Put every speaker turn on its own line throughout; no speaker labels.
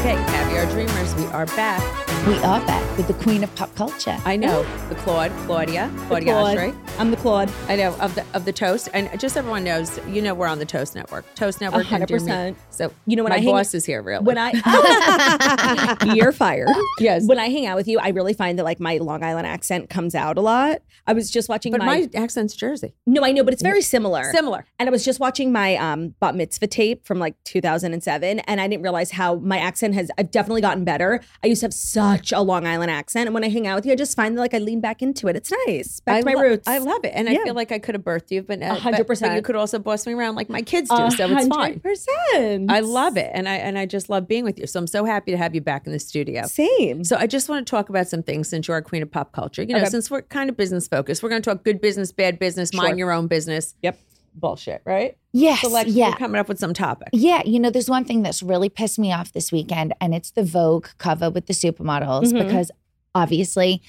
Okay, caviar dreamers, we are back.
We are back with the queen of pop culture.
I know the Claude, Claudia, Claudia,
Claude.
right?
I'm the Claude.
I know of the of the toast, and just everyone knows, you know, we're on the Toast Network. Toast Network, and Dear Me.
100%.
So
You know when
my
I hang-
boss is here, really.
When I you're fired.
Yes.
When I hang out with you, I really find that like my Long Island accent comes out a lot. I was just watching
but
my,
my accent's Jersey,
no, I know, but it's very similar.
similar.
and I was just watching my um bat mitzvah tape from like 2007, and I didn't realize how my accent has. I've definitely gotten better. I used to have such a Long Island accent, and when I hang out with you, I just find that like I lean back into it. It's nice. Back to my
lo-
roots.
I love it, and I
Yeah.
feel like I could have birthed you, but uh, but- but
100%.
you could also boss me around like my kids do, so it's fine.
Percent.
I love it, and I and I just love being with you. So I'm so happy to have you back in the studio.
Same.
So I just want to talk about some things since you're a queen of pop culture. You know,
Okay.
since we're kind of business focused, we're going to talk good business, bad business, mind
Sure.
your own business.
Yep.
Bullshit, right?
yes.
So like
yeah.
you're coming up with some topic.
Yeah, you know, there's one thing that's really pissed me off this weekend, and it's the Vogue cover with the supermodels
Mhm.
because obviously,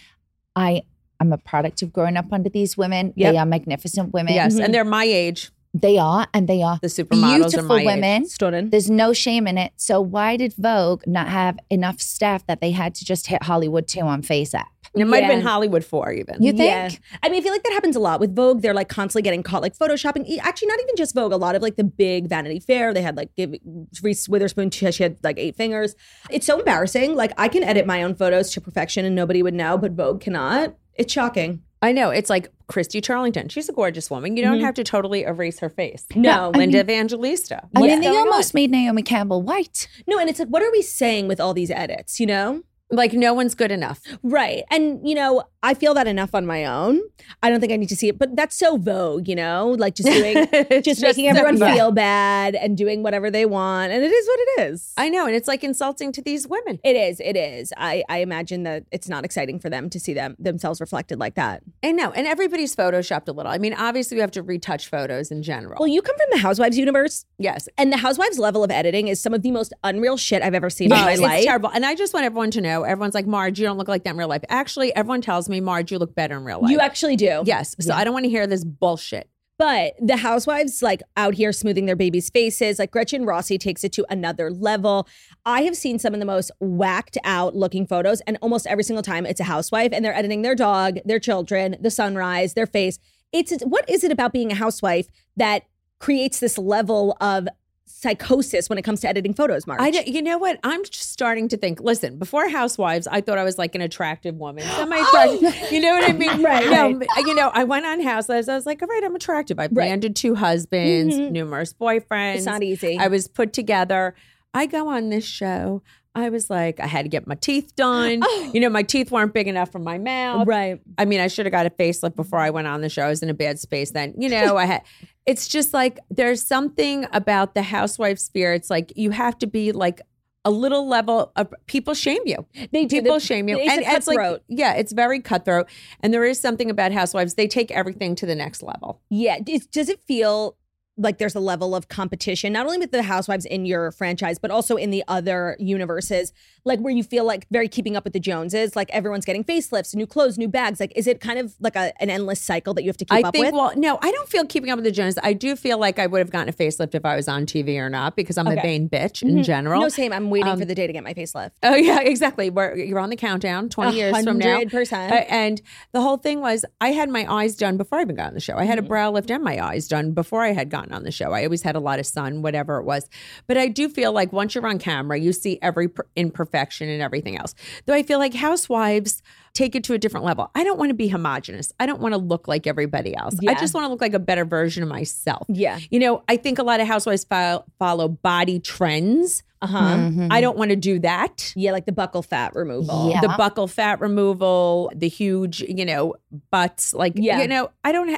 I I'm a product of growing up under these women.
Yep.
They are magnificent women. Mm-hmm.
Yes,
Mm-hmm.
and they're my age.
they are, and they are
The supermodels are
beautiful
my age.
women.
Stunning.
There's no shame in it. So why did Vogue not have enough staff that they had to just hit Hollywood two on Face App?
And it might have been
Yeah.
Hollywood four even.
You think?
Yeah. I mean, I feel like that happens a lot with Vogue. They're like constantly getting caught, like photoshopping. E- Actually, not even just Vogue. A lot of like the big Vanity Fair. They had like give Reese Witherspoon. She had, she had like eight fingers. It's so embarrassing. Like I can edit my own photos to perfection and nobody would know, but Vogue cannot. It's shocking.
I know. It's like Christy Charlington. She's a gorgeous woman. You don't
Mhm.
have to totally erase her face.
No,
I
Linda
mean-
Evangelista.
I
What's
mean, they
going on?
almost made Naomi Campbell white.
no. And it's like, what are we saying with all these edits? You know.
like no one's good enough.
Right. And, you know, I feel that enough on my own. I don't think I need to see it, but that's so Vogue, you know, like just doing,
It's
just,
so
making everyone
bad.
feel bad and doing whatever they want. And it is what it is.
I know, and it's like insulting to these women.
It is. It is. I, I imagine that it's not exciting for them to see them themselves reflected like that.
I know, and everybody's photoshopped a little. I mean, obviously we have to retouch photos in general.
Well, you come from the Housewives universe,
yes.
and the Housewives level of editing is some of the most unreal shit I've ever seen in
Oh,
my
it's
life.
terrible. And I just want everyone to know. Everyone's like, Marge, you don't look like that in real life. Actually, everyone tells me, Marge, you look better in real life.
You actually do.
yes. So I don't want to hear this bullshit.
But the housewives, like out here smoothing their babies' faces, like Gretchen Rossi takes it to another level. I have seen some of the most whacked out looking photos, and almost every single time it's a housewife, and they're editing their dog, their children, the sunrise, their face. It's it's- what is it about being a housewife that creates this level of psychosis when it comes to editing photos, Mark?
I don't, you know what? I'm just starting to think. Listen, before Housewives, I thought I was like an attractive woman. Semi attractive. you know what I mean?
Right,
No, but, You know, I went on Housewives. I was like, all right, Mm-hmm. I'm attractive. I branded two husbands,
Mhm.
numerous boyfriends.
It's not easy.
I was put together. I go on this show. I was like, I had to get my teeth done.
Oh.
You know, my teeth weren't big enough for my mouth.
right.
I mean, I should have got a facelift before I went on the show. I was in a bad space then. You know, I had. It's just like there's something about the housewife spirits. Like you have to be like a little level of people shame you.
They do.
People
They-
shame you,
it's a
it's like
cutthroat.
yeah, it's very cutthroat. And there is something about housewives; they take everything to the next level.
Yeah. Does- does it feel like there's a level of competition not only with the housewives in your franchise but also in the other universes like where you feel like very keeping up with the joneses like everyone's getting facelifts new clothes new bags like is it kind of like a, an endless cycle that you have to keep
I
up
think,
with
well, no, I don't feel keeping up with the Joneses. I do feel like I would have gotten a facelift if I was on TV or not because I'm a
Okay. Mm-hmm.
vain bitch in general. um,
no same i'm waiting for the day to get my facelift
Oh yeah, exactly. We're, you're on the countdown. Twenty years from now,
100%.
Uh, and the whole thing was, I had my eyes done before I even got on the show. I had
Mm-hmm.
a brow lift and my eyes done before I had gotten on the show. I always had a lot of sun, whatever it was. But I do feel like once you're on camera, you see every per- imperfection and everything else. Though I feel like housewives take it to a different level. I don't want to be homogenous. I don't want to look like everybody else. I
Yeah.
just want to look like a better version of myself.
yeah
You know, I think a lot of housewives fo- follow body trends.
uh-huh
I don't want to do that
yeah like the buckle fat removal
Yeah.
the buckle fat removal, the huge, you know, butts. Like,
Yeah.
you know, I don't. Ha-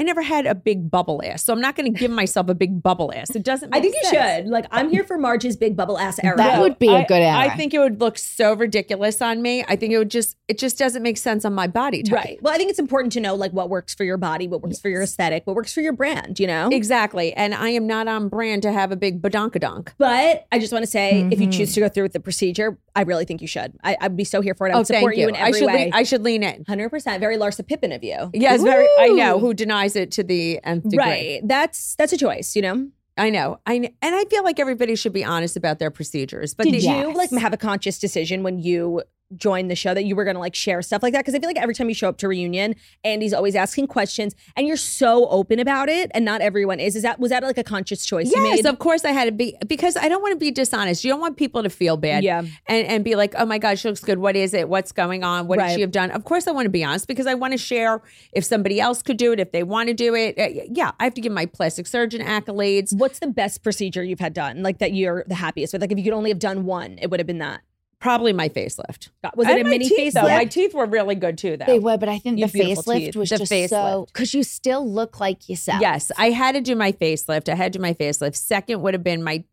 I never had a big bubble ass, so I'm not going to give myself a big bubble ass. It doesn't.
i think
make
you
sense.
should like i'm here for marge's big bubble ass era
That would be a
I-
good
I,
era.
think it would look so ridiculous on me. I think it would just. It just doesn't make sense on my body type.
Right. Well, I think it's important to know like what works for your body, what works for your aesthetic, what works for your brand, you know?
Exactly. And I am not on brand to have a big badonkadonk.
But I just want to say, if you
Mm-hmm.
choose to go through with the procedure, I really think you should. I, I'd be so here for it. I would
Oh,
support
thank you.
in
I
every
should.
way.
Lean, I should lean in.
100%. Very Larsa Pippen of you.
Yes, very. I know
Ooh.
who denies it to the nth degree.
Right. That's that's a choice, you know?
I know. I kn- and I feel like everybody should be honest about their procedures. But
Did
the,
you like have a conscious decision when you joined the show that you were going to like share stuff like that? Because I feel like every time you show up to reunion, Andy's always asking questions and you're so open about it and not everyone is. Is that, was that like a conscious choice you
Yes,
made?
of course I had to be because I don't want to be dishonest. You don't want people to feel bad.
Yeah.
And and be like, oh my God, she looks good. What is it? What's going on? What did
Right.
she have done? Of course I want to be honest because I want to share if somebody else could do it, if they want to do it. Uh, Yeah, I have to give my plastic surgeon accolades.
What's the best procedure you've had done? Like that you're the happiest with? Like if you could only have done one, it would have been that.
Probably my facelift.
Was it
And
a
my
mini
teeth, Though.
facelift?
My teeth were really good too though.
They were, but I think
You
the
have beautiful
facelift
teeth.
was
The
just so
facelift.
because you still look like yourself.
Yes, I had to do my facelift. I had to do my facelift. Second would have been my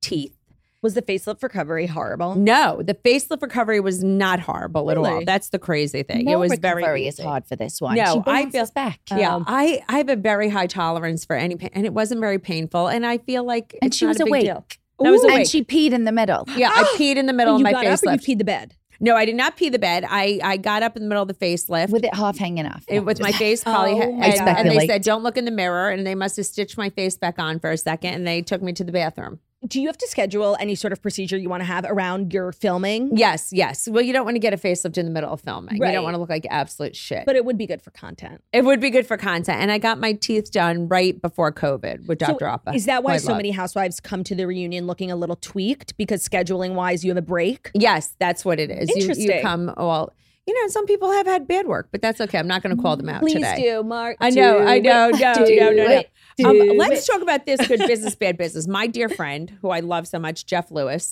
teeth.
Was the facelift recovery horrible?
No, the facelift recovery was not horrible at all.
Really?
That's the crazy thing.
No
it was
recovery
very
is
easy.
hard for this one.
No,
she
I
bounces
feel-
back.
Yeah,
Um,
I, I have a very high tolerance for any pain, and it wasn't very painful. And I feel like
and
it's
she
not
was
a big
awake.
deal. And I was awake.
And she peed in the middle.
yeah, I peed in the middle of
you
my
got up and
facelift.
you peed the bed.
no, I did not pee the bed. I, I got up in the middle of the facelift.
With it half hanging off.
it, with my face probably,
Oh
and,
my God.
and they
Speculate.
said, "Don't look in the mirror." And they must have stitched my face back on for a second, and they took me to the bathroom.
Do you have to schedule any sort of procedure you want to have around your filming?
Yes, yes. Well, you don't want to get a facelift in the middle of filming. You
Mm. Right.
don't want to look like absolute shit.
But it would be good for content.
It would be good for content. And I got my teeth done right before COVID with Dr. Appa.
Is that
who
why
I
so
love.
many housewives come to the reunion looking a little tweaked? Because scheduling wise, you have a break.
Yes, that's what it is. You- You,
Interesting.
come well, you know, some people have had bad work, but that's okay. I'm not going to call them out
Please
today.
do, Mark.
I know,
do
I
it.
know, no,
Do
no, no, no.
it.
Um,
Do
let's talk about this good business, bad business. My dear friend, who I love so much, Jeff Lewis,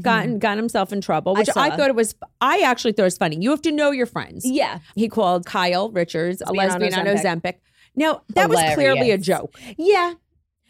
gotten got himself in trouble, which
Mm-hmm. saw.
I, thought it was. I actually thought it was funny. You have to know your friends.
Yeah.
He called Kyle Richards a
Lesbian on
lesbian on
Ozempic.
Ozempic. Now that was clearly a
Hilarious.
joke.
Yeah.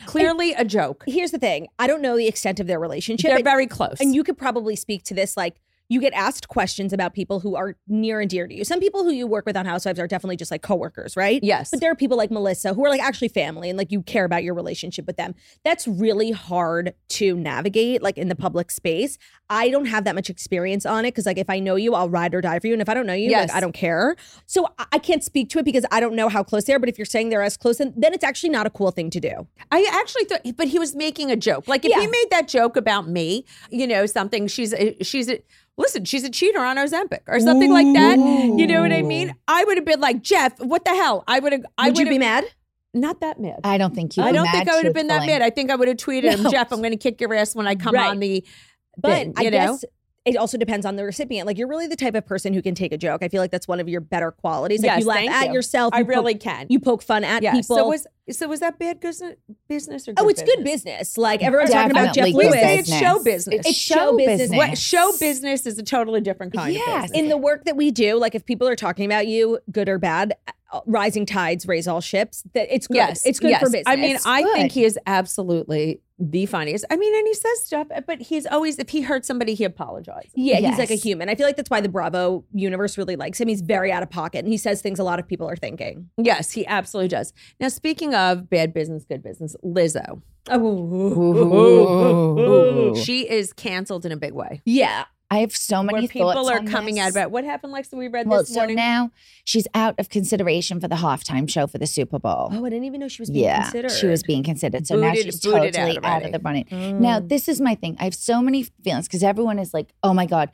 Clearly a joke.
Here's the thing I don't know the extent of their relationship.
They're
and-
very close.
and you could probably speak to this like you get asked questions about people who are near and dear to you. Some people who you work with on Housewives are definitely just like coworkers, right?
Yes.
But there are people like Melissa who are like actually family and like you care about your relationship with them. That's really hard to navigate like in the public space. I don't have that much experience on it because like if I know you, I'll ride or die for you. And if I don't know you,
Yes.
like I don't care. So I-, I can't speak to it because I don't know how close they are. But if you're saying they're as close, then, then it's actually not a cool thing to do.
I actually thought, but he was making a joke. Like if
Yeah.
he made that joke about me, you know, something she's a, she's a, listen, she's a cheater on Ozempic or something like that. You know what I mean? I would have been like Jeff, what the hell? I would have. I
Would you
would
be mad?
Not that mad.
I don't think you
I
were
don't
mad,
think I would have been that
truthfully.
mad. I think I would have tweeted him,
No.
Jeff, I'm going to kick your ass when I come
Right.
on the.
But
thing,
I
you know?
guess it also depends on the recipient. Like you're really the type of person who can take a joke. I feel like that's one of your better qualities. Like
Yes,
you laugh
thank
at
you.
yourself.
I
you poke-
really can.
you poke fun at
yeah.
people.
So was so was that bad business? Business or good
oh, it's good
business?
business. Like everyone's talking
Definitely
about
We
Jeff
say
Lewis.
it's show business.
It's show business.
What show business is a totally different kind
Yes.
of business.
In the work that we do, like if people are talking about you, good or bad, uh, rising tides raise all ships. That it's good.
Yes,
it's good
yes.
for business.
I mean, I
Good.
think he is absolutely the funniest. I mean, and he says stuff, but he's always if he hurts somebody, he apologizes.
yeah, he's like a
Yes.
human. I feel like that's why the Bravo universe really likes him. He's very out of pocket, and he says things a lot of people are thinking.
Yes, he absolutely does. Now, speaking of bad business, good business, Lizzo,
Oh,
Ooh.
she is canceled in a big way.
Yeah,
I have so many
Where people
thoughts
are
on
coming
this.
out about what happened, Lex, that we read
Well,
this
so
morning.
now she's out of consideration for the halftime show for the Super Bowl.
Oh, I didn't even know she was being
yeah,
considered.
she was being considered. So now
Booted-
she's
booted out
totally out,
already.
of the running.
Mm.
Now, this is my thing. I have so many feelings because everyone is like, "Oh my god."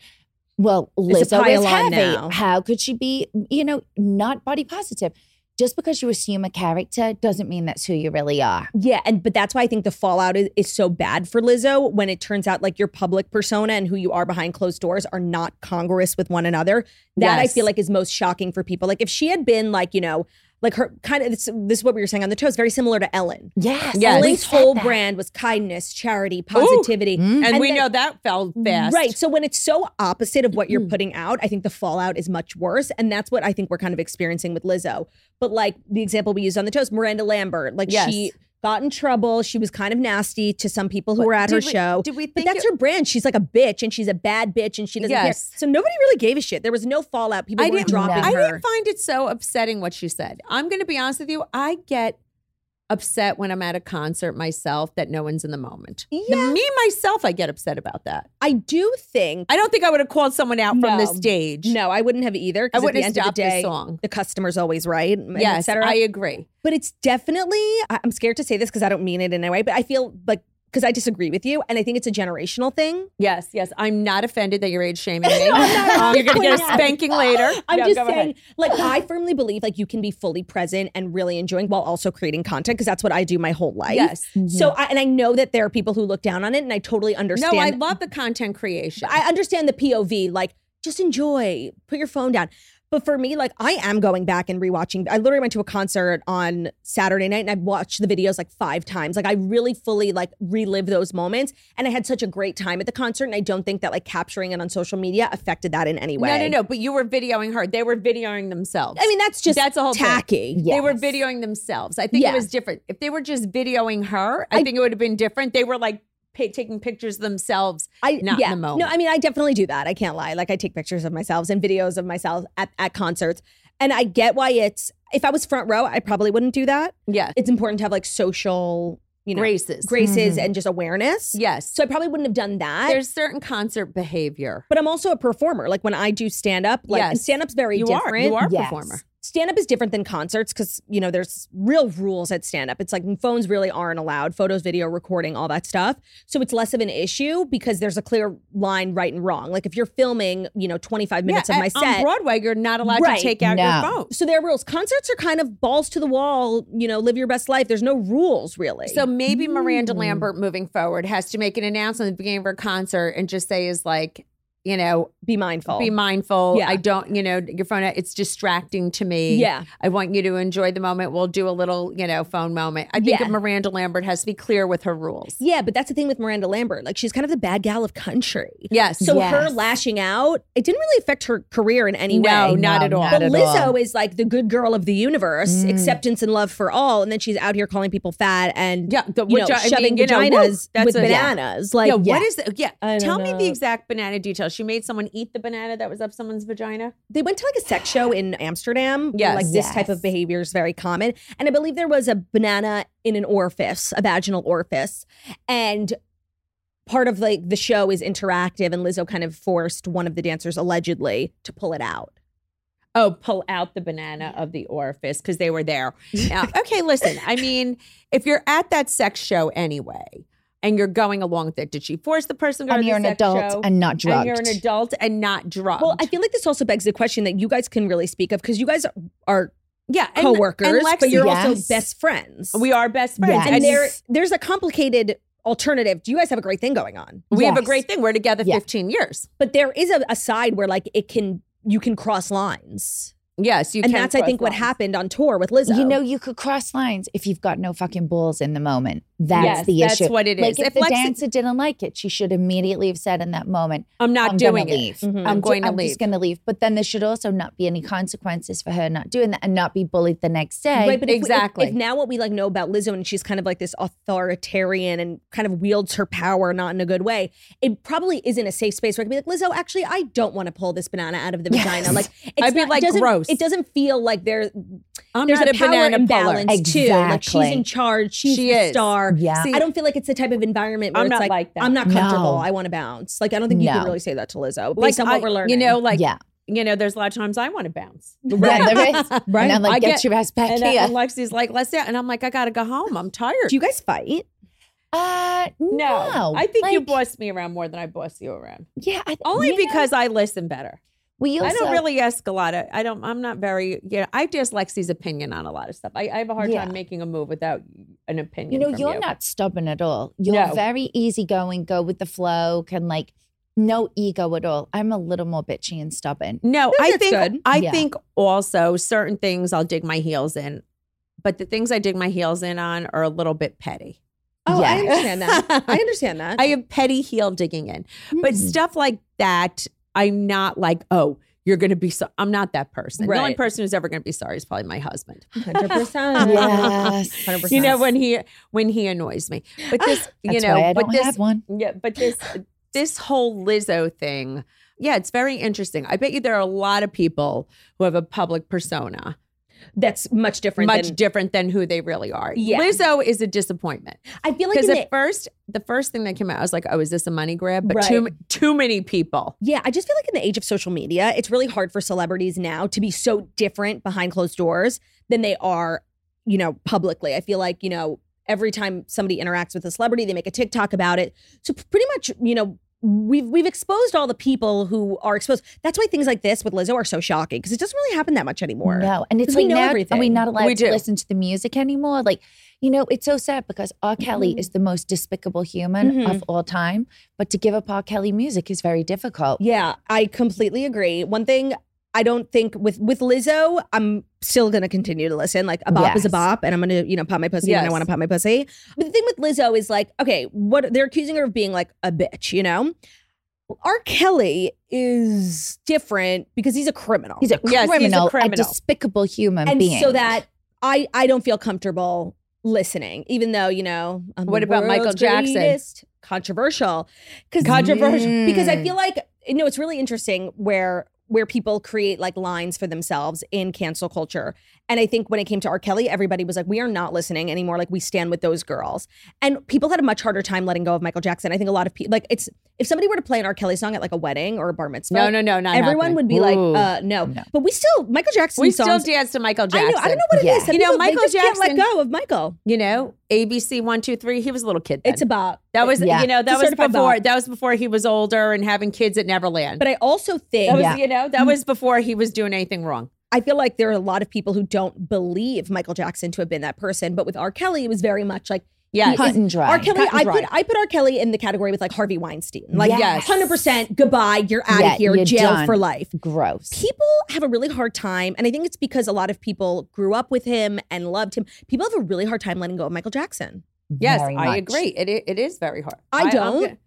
Well,
It's
Lizzo
a
is
pile on
heavy.
now.
How could she be, you know, not body positive? Just because you assume a character doesn't mean that's who you really are.
yeah, and but that's why I think the fallout is, is so bad for Lizzo when it turns out like your public persona and who you are behind closed doors are not congruous with one another. That I
Yes.
feel like is most shocking for people. Like if she had been like you know like her kind of this, this is what we were saying on the toes, very similar to Ellen.
Yes.
Yes. we
Ellen's
said
whole
that.
brand was kindness, charity, positivity,
Mm.
and,
And
we
then-
know that fell fast. Mm-hmm.
Right. So when it's so opposite of what you're putting out, I think the fallout is much worse. And that's what I think we're kind of experiencing with Lizzo. But like the example we used on the toast, Miranda Lambert, like
Yes.
she got in trouble. She was kind of nasty to some people who were at her
Did we-
show.
Did we
but
think
that's
it-
her brand. She's like a bitch and she's a bad bitch and she doesn't
Yes.
care. So nobody really gave a shit. There was no fallout. People
I
were
didn't-
dropping
No.
I
her.
didn't find it so upsetting what she said. I'm going to be honest with you. I get upset when I'm at a concert myself that no one's in the moment.
Yeah.
Me myself, I get upset about that.
I do think.
I don't think I would have called someone out from the
No.
stage.
No, I wouldn't have
I
either. Because at
wouldn't
the
have
end of the
stopped the,
day,
song.
the customer's always right. and et
Yes,
cetera.
I agree.
but it's definitely I- i'm scared to say this because i don't mean it in a way but i feel like because i disagree with you and i think it's a generational thing
Yes, yes. I'm not offended that you're age shaming me.
I'm not.
Um, you're going to get a
Yeah.
spanking later.
i'm
No,
just
go
saying
ahead.
like i firmly believe like you can be fully present and really enjoying while also creating content because that's what i do my whole life
Yes.
so I, and i know that there are people who look down on it and i totally
No,
understand
I love the content creation.
I understand the POV, like just enjoy, put your phone down. But for me, like I am going back and rewatching. I literally went to a concert on Saturday night and I watched the videos like five times. Like I really fully like relive those moments. And I had such a great time at the concert. And I don't think that like capturing it on social media affected that in any way.
no, no, no. But you were videoing her. They were videoing themselves.
I mean, that's just
That's a whole thing.
tacky.
They were
Yes.
videoing themselves. I think
Yeah.
it was different. If they were just videoing her, I, think it would have been different. They were like pa taking pictures themselves.
I
Not in
yeah.
the moment.
No, I mean I definitely do that. I can't lie. Like I take pictures of myself and videos of myself at, at concerts. And I get why it's if I was front row, I probably wouldn't do that.
Yeah.
it's important to have like social, you know,
Graces.
graces and just awareness.
Yes.
So I probably wouldn't have done that.
There's certain concert behavior.
but I'm also a performer. Like when I do stand up, like
Yes.
stand up's very
you
different.
are. You are a
Yes.
performer.
Stand up is different than concerts because, you know, there's real rules at stand up. It's like phones really aren't allowed, photos, video, recording, all that stuff. So it's less of an issue because there's a clear line right and wrong. Like if you're filming, you know, 25 minutes
yeah,
of my
and
set,
On Broadway, you're not allowed
Right.
to take out
No.
your phone.
so there are rules. Concerts are kind of balls to the wall, you know, live your best life. There's no rules really.
So maybe Miranda
Mm.
Lambert moving forward has to make an announcement at the beginning of her concert and just say is like, you know,
be mindful.
be mindful.
Yeah.
I don't, you know, your phone it's distracting to me.
Yeah.
I want you to enjoy the moment. We'll do a little, you know, phone moment. I think
Yeah.
Miranda Lambert has to be clear with her rules.
Yeah, but that's the thing with Miranda Lambert. Like she's kind of the bad gal of country.
Yes.
So her
Yes.
lashing out, it didn't really affect her career in any
no,
way.
not at all. Mm.
not
But
at
Lizzo
all.
is like the good girl of the universe, acceptance and love for all, and then she's out here calling people fat and
Yeah, the-
you
which
know,
I mean,
shoving
you know, woo,
vaginas
that's
with
a- yeah.
bananas. Like,
yeah,
yeah.
what is that? Yeah,
I don't
tell me the
know.
exact banana detail. She made someone eat the banana that was up someone's vagina.
they went to like a sex show in Amsterdam. where,
Yes.
like this
Yes.
type of behavior is very common. And I believe there was a banana in an orifice, a vaginal orifice, and part of like the show is interactive. And Lizzo kind of forced one of the dancers allegedly to pull it out.
Oh, pull out the banana of the orifice because they were there. Now, okay, listen. I mean, if you're at that sex show anyway, and you're going along with it, did she force the person to go
And
to
you're an
the sex
adult
show?
and not
And
drugged.
you're an adult and not drugged.
Well, I feel like this also begs the question that you guys can really speak of because you guys are
yeah, and-
coworkers,
and Lexi,
but you're also
Yes.
best friends.
we are best friends,
Yes.
and
and
there
there,
there's a complicated alternative. You guys have a great thing going on.
we have a
Yes.
great thing. We're together
Yeah.
15 years.
but there is a, a side where like it can you can cross lines
Yes, you
and
can
that's i
cross
think what
lines.
happened on tour with lizzo
You know, you could cross lines if you've got no fucking balls in the moment. That's
Yes,
the
that's
issue.
what it
Like
is.
if,
If
the
Lexi-
dancer didn't like it, she should immediately have said in that moment,
I'm not
I'm
doing
gonna
it. mm-hmm.
leave.
Mhm.
I'm
ju-
going to
Mm-hmm. I'm
leave.
just going to leave. But then there should also not be any consequences for her not doing that and not be bullied the next day.
Right, but if we- if-
exactly.
If, now what we like know about Lizzo and she's kind of like this authoritarian and kind of wields her power not in a good way, it probably isn't a safe space where I can be like, Lizzo, actually, I don't want to pull this banana out of the vagina. Like, it's
I'd be
not- it
like,
doesn't-
gross.
It doesn't feel like there,
I'm
there's
not
a,
a,
power
banana puller.
imbalance too. Like she's
Exactly.
in charge. She's
She
the
is.
star.
Yeah.
I don't feel like it's the type of environment where
I'm
it's
not
like,
like that.
I'm not comfortable.
No.
I want to bounce. Like I don't think you
No.
can really say that to Lizzo
Like
based on what
I-
we're learning.
You know, like
yeah.
you know, there's a lot of times I want to bounce.
Right. Yeah, there is. And I'm like,
I
get, your ass back
and, uh,
here.
and Lexi's like, let's out. And I'm like, I gotta go home. I'm tired.
do you guys fight?
uh,
no, I think you
Like,
boss me around more than I boss you around.
Yeah. I,
Only
yeah.
because I listen better.
we also,
I don't really ask a lot of. I don't. I'm not very. You know, I just Lexi's opinion on a lot of stuff. I, I have a hard
Yeah.
time making a move without an opinion.
You know,
from
you're not stubborn at all. You're
No.
very easygoing, go with the flow, can like no ego at all. I'm a little more bitchy and stubborn.
No,
No,
I
that's
think
good.
I
Yeah.
think also certain things I'll dig my heels in, but the things I dig my heels in on are a little bit petty.
Oh, I
Yeah.
understand that. I Hmm. understand that.
I have petty heel digging in, but
Mm.
stuff like that, I'm not like, oh, you're going to be so. I'm not that person. The only
Right.
person who's ever going to be sorry is probably my husband.
100%.
Yes.
100%.
You know when he when he annoys me, but
Ah.
this, you
That's
know,
why I
but
don't
this,
have one.
yeah, but this this whole Lizzo thing, yeah, it's very interesting. I bet you there are a lot of people who have a public persona.
that's much different
much
than
different than who they really are.
Yeah.
Lizzo is a disappointment
I feel like
because
in
at first, the first thing that came out, I was like, "Oh, is this a money grab?" But
Right.
too too many people.
the- yeah, I just feel like in the age of social media, it's really hard for celebrities now to be so different behind closed doors than they are, you know, publicly. I feel like, you know, every time somebody interacts with a celebrity, they make a TikTok about it. So p- pretty much, you know, we've we've exposed all the people who are exposed. That's why things like this with Lizzo are so shocking because it doesn't really happen that much anymore.
No, and it's
'Cause we
like
know
now are we
everything.
not allowed
We do.
to listen to the music anymore? Like, you know, it's so sad because R. Kelly
Mm-hmm.
is the most despicable human of all time. But to give up R. Kelly music is very difficult.
Yeah, I completely agree. One thing I don't think with with Lizzo, I'm still gonna continue to listen. Like a bop is a
Yes.
bop, and I'm gonna you know pop my pussy when I
Yes.
want to pop my pussy. But the thing with Lizzo is like, okay, what they're accusing her of being like a bitch, you know. R. Kelly is different because he's a criminal.
He's a criminal,
Yes, he's a
a
criminal.
despicable human
and
being.
so that I I don't feel comfortable listening, even though you know. I'm
What
the
about Michael
world's
Jackson?
greatest. Controversial, because
Controversial.
because I
Mm.
feel like you know it's really interesting where where people create like lines for themselves in cancel culture. And I think when it came to R. Kelly, everybody was like, "We are not listening anymore. Like we stand with those girls." And people had a much harder time letting go of Michael Jackson. I think a lot of people like it's if somebody were to play an R. Kelly song at like a wedding or a bar mitzvah,
No, no, no, not
everyone would be like, uh, no.
No.
But we still Michael Jackson.
"We
songs,
still dance to Michael Jackson."
I know. I don't know what it is.
Yeah.
Some
You know,
people, they
Michael
just can't
Jackson-
let go of Michael.
You know, ABC one two three. He was a little kid. Then.
It's about
that was
Yeah.
you know that
He's
was
certified
before
bop.
that was before he was older and having kids at Neverland.
But I also think
that was
Yeah.
you know
Mm.
that was before he was doing anything wrong.
I feel like there are a lot of people who don't believe Michael Jackson to have been that person. But with R. Kelly, it was very much like
Yes.
cut and dry.
R. Kelly.
Cut and
I
dry.
put I put R. Kelly in the category with like Harvey Weinstein. Like
Yes.
hundred percent goodbye. You're out
Yeah,
of here.
you're
Jail
done.
for life.
Gross.
People have a really hard time, and I think it's because a lot of people grew up with him and loved him. People have a really hard time letting go of Michael Jackson.
Yes,
Very
I
much.
agree. It i- it is very hard.
I
I'm
don't.
good.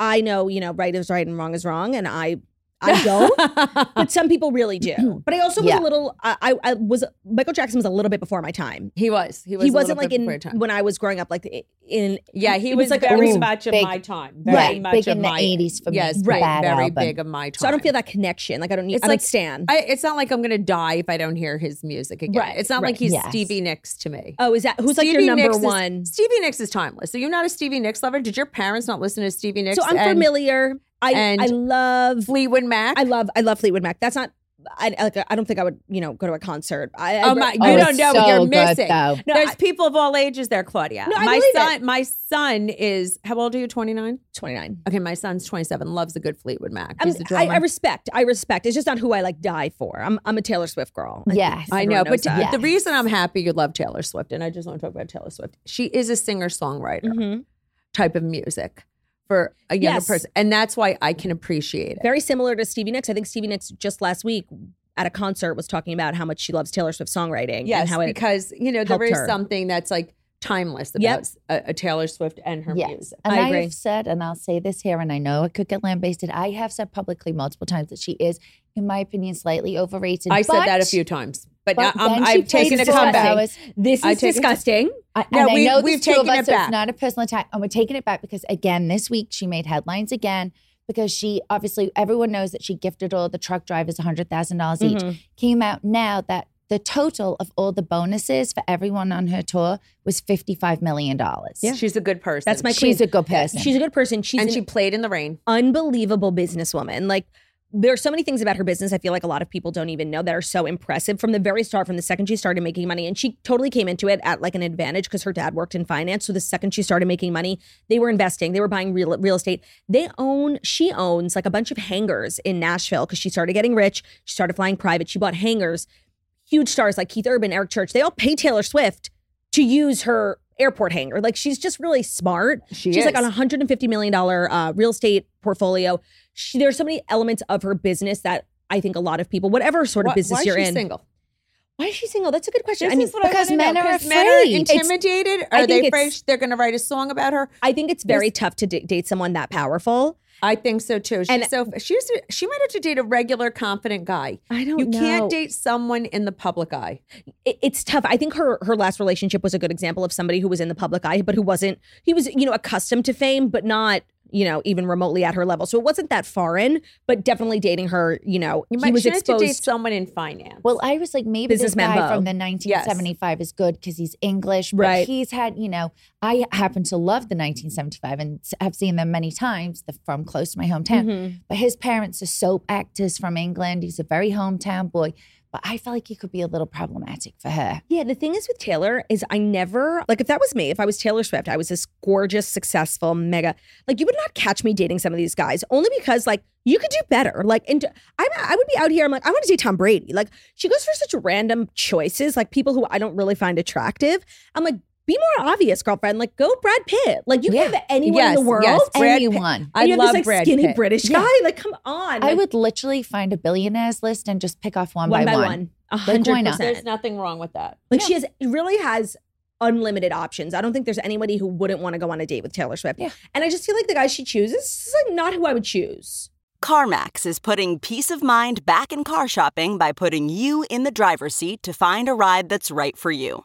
I know, you know, right is right and wrong is wrong, and I I don't. but some people really do. But I also was
Yeah.
a little. I, I, I was Michael Jackson was a little bit before my time.
he was. He was.
He
a little
wasn't like
bit
in
before your time.
when I was growing up. Like in
Yeah, he
it
was,
was like a
very
old,
much of
big-
my time. Very
right,
much
big
of
in the
my,
80s for me.
Yes,
Right. Bad
very
album.
big of my time.
so I don't feel that connection. Like I don't need.
It's
I
like-
don't stand.
I, it's not like I'm gonna die if I don't hear his music again.
Right,
It's not
right.
like he's
Yes.
Stevie Nicks to me.
oh, is that who's like your
Stevie
number
Nicks is-
one?
Stevie Nicks is timeless. So you're not a Stevie Nicks lover. Did your parents not listen to Stevie Nicks?
so I'm
and
familiar. I
and
I love
Fleetwood Mac.
I love I love Fleetwood Mac. That's not. I like. I don't think I would. You know, go to a concert. I, I
Oh my! You
Oh,
don't
it's
know what
so
you're
good,
missing.
though.
No,
There's
I-
people of all ages there, Claudia.
No, I
my
believe
son, my son is how old are you? 29.
Twenty nine.
Okay, my son's 27. Loves a good Fleetwood Mac.
I,
He's a drummer.
I respect. I respect. It's just not who I like die for. I'm I'm a Taylor Swift girl. I think
Yes.
I know,
everyone
but
knows that.
yeah.
the reason I'm happy you love Taylor Swift, and I just want to talk about Taylor Swift. She is a singer songwriter
Mhm.
type of music for a younger
Yes.
person, and that's why I can appreciate it.
very similar to Stevie Nicks. I think Stevie Nicks just last week at a concert was talking about how much she loves Taylor Swift songwriting and how it
because you know there
helped
is
her.
something that's like timeless about
Yep.
uh, uh, Taylor Swift and her
Yes.
music.
And
I
I,
agree.
have said, and I'll say this here, and I know it could get lambasted. I have said publicly multiple times that she is, in my opinion, slightly overrated.
I said that a
but-
few times, but,
but
I, I'm,
then she
I've
plays
taken a
four
comeback.
hours.
This
I
is
take it-
disgusting.
I,
No,
and I
we-
know
we've
there's two of
taken it
us, so
back.
it's not a personal attack. And we're taking it back because again, this week she made headlines again because she obviously everyone knows that she gifted all the truck drivers hundred thousand dollars each.
Mm-hmm.
Mhm.
Came out now that the total of all the bonuses for everyone on her tour was fifty five million dollars.
She's a good person.
That's my
She's
queen.
a good person.
She's a good person. She's
and
an
she played in the rain.
unbelievable businesswoman. Like there are so many things about her business I feel like a lot of people don't even know that are so impressive from the very start, from the second she started making money. And she totally came into it at like an advantage because her dad worked in finance. So the second she started making money, they were investing, they were buying real real estate. They own, she owns like a bunch of hangars in Nashville because she started getting rich. She started flying private. She bought hangars. Huge stars like Keith Urban, Eric Church, they all pay Taylor Swift to use her airport hangar. Like she's just really smart
She
she's
is.
like on a hundred and fifty million dollar uh, real estate portfolio. She, there are so many elements of her business that I think a lot of people, whatever sort of
Why-
business
why is
you're
she
in,
Single.
why is she single? That's a good question.
This
I mean,
is what I
because
wanna
men
know,
are
'cause men are
afraid. It's-
intimidated.
I
Are they
think
afraid
it's-
they're going to write a song about her?
I think it's very tough to d- date someone that powerful.
I think so too. She's
And-
so she's she might have to date a regular, confident guy.
I don't.
You
know.
can't date someone in the public eye.
it- it's tough. I think her her last relationship was a good example of somebody who was in the public eye, but who wasn't. He was you know accustomed to fame, but not you know even remotely at her level. So it wasn't that foreign, but definitely dating her. You know,
You
he
might
was
she might have to date
exposed. uh,
someone in finance.
Well, I was like, maybe this
Businessman
guy
Bo.
from the 1975 is good because he's English, but
Right.
he's had, you know, I happen to love the 1975 and s- have seen them many times the, from close to my hometown.
Mm-hmm.
But his parents are soap actors from England. He's a very hometown boy. But I felt like he could be a little problematic for her.
Yeah, the thing is with Taylor is I never like if that was me, if I was Taylor Swift, I was this gorgeous, successful, mega like you would not catch me dating some of these guys only because like you could do better. Like and I I would be out here I'm like I want to date Tom Brady. Like she goes for such random choices, like people who I don't really find attractive. I'm like be more obvious, girlfriend. Like go Brad Pitt. Like you
Yeah.
can have anyone in the world.
Brad Pitt.
Anyone.
And
I
you have
love
this like
Brad
skinny
Pitt.
British
Yeah.
guy. Like come on.
I
Like,
would literally find a billionaires list and just pick off one,
one by one. A
why
hundred
not?
percent.
There's nothing wrong with that.
Like she has really has unlimited options. I don't think there's anybody who wouldn't want to go on a date with Taylor Swift.
Yeah.
And I just feel like the guy she chooses is like not who I would choose.
CarMax is putting peace of mind back in car shopping by putting you in the driver's seat to find a ride that's right for you.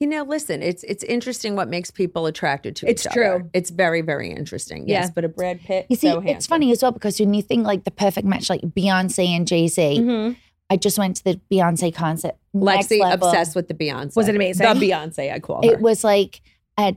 You know, listen, it's it's interesting what makes people attracted to
It's
each
true.
other. It's very, very interesting. Yes,
Yeah.
but a Brad Pitt.
You see,
so
it's
handsome.
funny as well because when you think like the perfect match, like Beyonce and Jay Z, I just went to the Beyonce concert. Next
Mm-hmm. Lexi
level.
obsessed with the Beyonce.
Was it amazing?
The Beyonce, I call her.
It was like an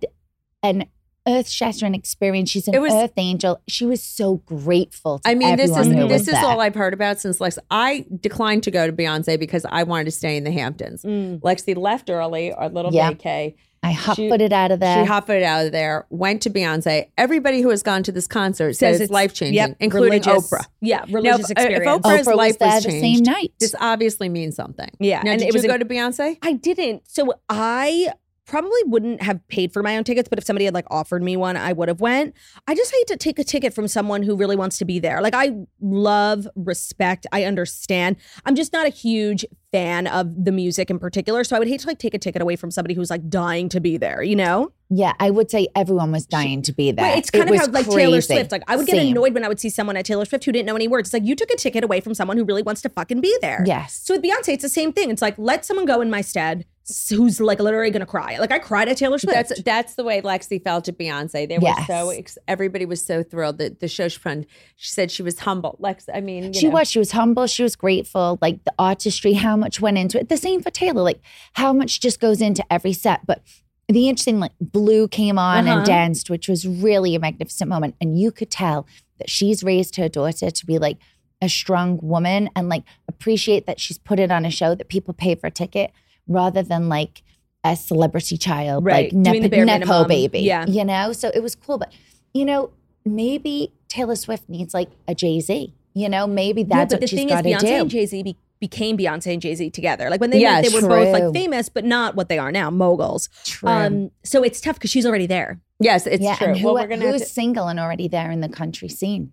an earth shattering experience. She's an
It was-
earth angel. She was so grateful. To
I mean, this is
everyone who
this
was
is
there.
all I've heard about since Lex. I declined to go to Beyonce because I wanted to stay in the Hamptons.
Mm.
Lexi left early, our little
Yeah.
vacay.
I hot footed out of there.
She hot footed out of there, went to Beyonce. Everybody who has gone to this concert
Says
says,
it's-
it's life changing,
yep,
including
religious.
Oprah.
Yeah,
Now,
religious
uh, if- if
experience.
Oprah's
Oprah was
life
there
was
the same
changed,
night.
This obviously means something.
Yeah,
Now,
and
did
it was
you
a-
go to Beyonce?
I didn't. So I probably wouldn't have paid for my own tickets, but if somebody had like offered me one, I would have went. I just hate to take a ticket from someone who really wants to be there. Like I love, respect, I understand. I'm just not a huge fan of the music in particular, so I would hate to like take a ticket away from somebody who's like dying to be there, you know?
Yeah, I would say everyone was dying to be there.
Right, it's kind
It
of how
was
like Taylor
crazy.
Swift. Like I would get
Same.
annoyed when I would see someone at Taylor Swift who didn't know any words. It's like you took a ticket away from someone who really wants to fucking be there.
Yes.
So with Beyonce, it's the same thing. It's like let someone go in my stead s- who's like literally gonna cry. Like I cried at Taylor Swift.
That's that's the way Lexi felt at Beyonce. They were
Yes.
so ex- everybody was so thrilled that the show she friend she said she was humble. Lex, I mean, you
She
know.
was. She was humble. She was grateful. Like the artistry, how much went into it. The same for Taylor. Like how much just goes into every set. But the interesting, like Blue came on
Uh-huh.
and danced, which was really a magnificent moment. And you could tell that she's raised her daughter to be like a strong woman and like appreciate that she's put it on a show that people pay for a ticket rather than like a celebrity child,
Right.
like
Doing the bare
nepo, nepo
minimum.
baby.
Yeah.
You know? So it was cool. But you know, maybe Taylor Swift needs like a Jay Z. You know, maybe that's
yeah, but
what
the
she's
thing is,
got to
Beyonce
do.
and Jay Z be- became Beyonce and Jay Z together. Like when they
Yeah,
met, they were both
true.
like famous, but not what they are now, moguls.
True.
Um, so it's tough because she's already there.
yes, it's
yeah,
true.
and who,
well, we're gonna. have
who's
to-
single and already there in the country scene?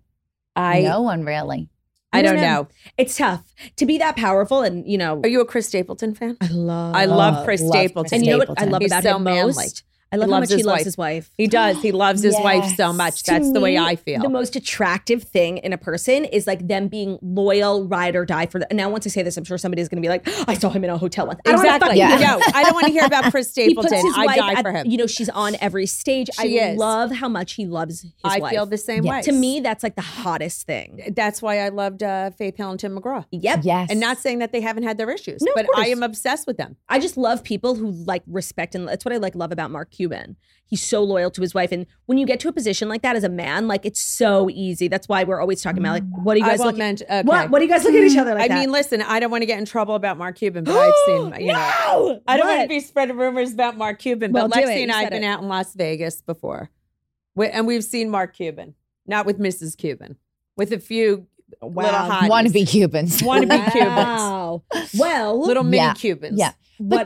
I
no one really.
I
I
don't
don't
know.
It's tough to be that powerful, and you know,
Are you a Chris Stapleton fan?
I love,
I love Chris
love
Stapleton.
Chris
and you know what I
Stapleton.
love
He's
about
so
him
manly.
most. I love
He
how
loves
much he
his
loves
wife.
his wife.
He does. He loves his wife so
Yes.
much.
To
That's the way
me,
I feel.
the most attractive thing in a person is like them being loyal, ride or die for the. Now, once I say this, I'm sure somebody's going to be like, "I saw him in a hotel once." I don't wanna
exactly.
fucking-
Yeah.
No, I don't want to hear about Chris
He puts
Stapleton.
his
I
wife.
die
at-
for him.
You know, she's on every stage.
She
I
is.
love how much he loves his
I
wife.
feel the same way.
Yes.
to me, that's like the hottest thing.
that's why I loved uh, Faith Hill and Tim McGraw.
Yep.
Yes.
And not saying that they haven't had their issues,
No, of
but I
course.
am obsessed with them.
I just love people who like respect and that's what I like love about Mark Cuban. He's so loyal to his wife, and when you get to a position like that as a man, like it's so easy. That's why we're always talking about like, what do you
Mm. I
guys
won't
look?
mention. Okay.
What? What do you guys look at each other like
I
that?
mean, listen, I don't want to get in trouble about Mark Cuban, but I've seen, you know.
No!
I don't want to
What?
be spreading rumors about Mark Cuban,
Well,
but
do
Lexi
it.
and
You
I have
said
been
it.
out in Las Vegas before. We- And we've seen Mark Cuban, not with Mrs. Cuban, with a few little hotties.
wannabe Cubans.
Wannabe Cubans.
Wow. Well,
Little mini
Yeah.
Cubans.
Yeah,
What-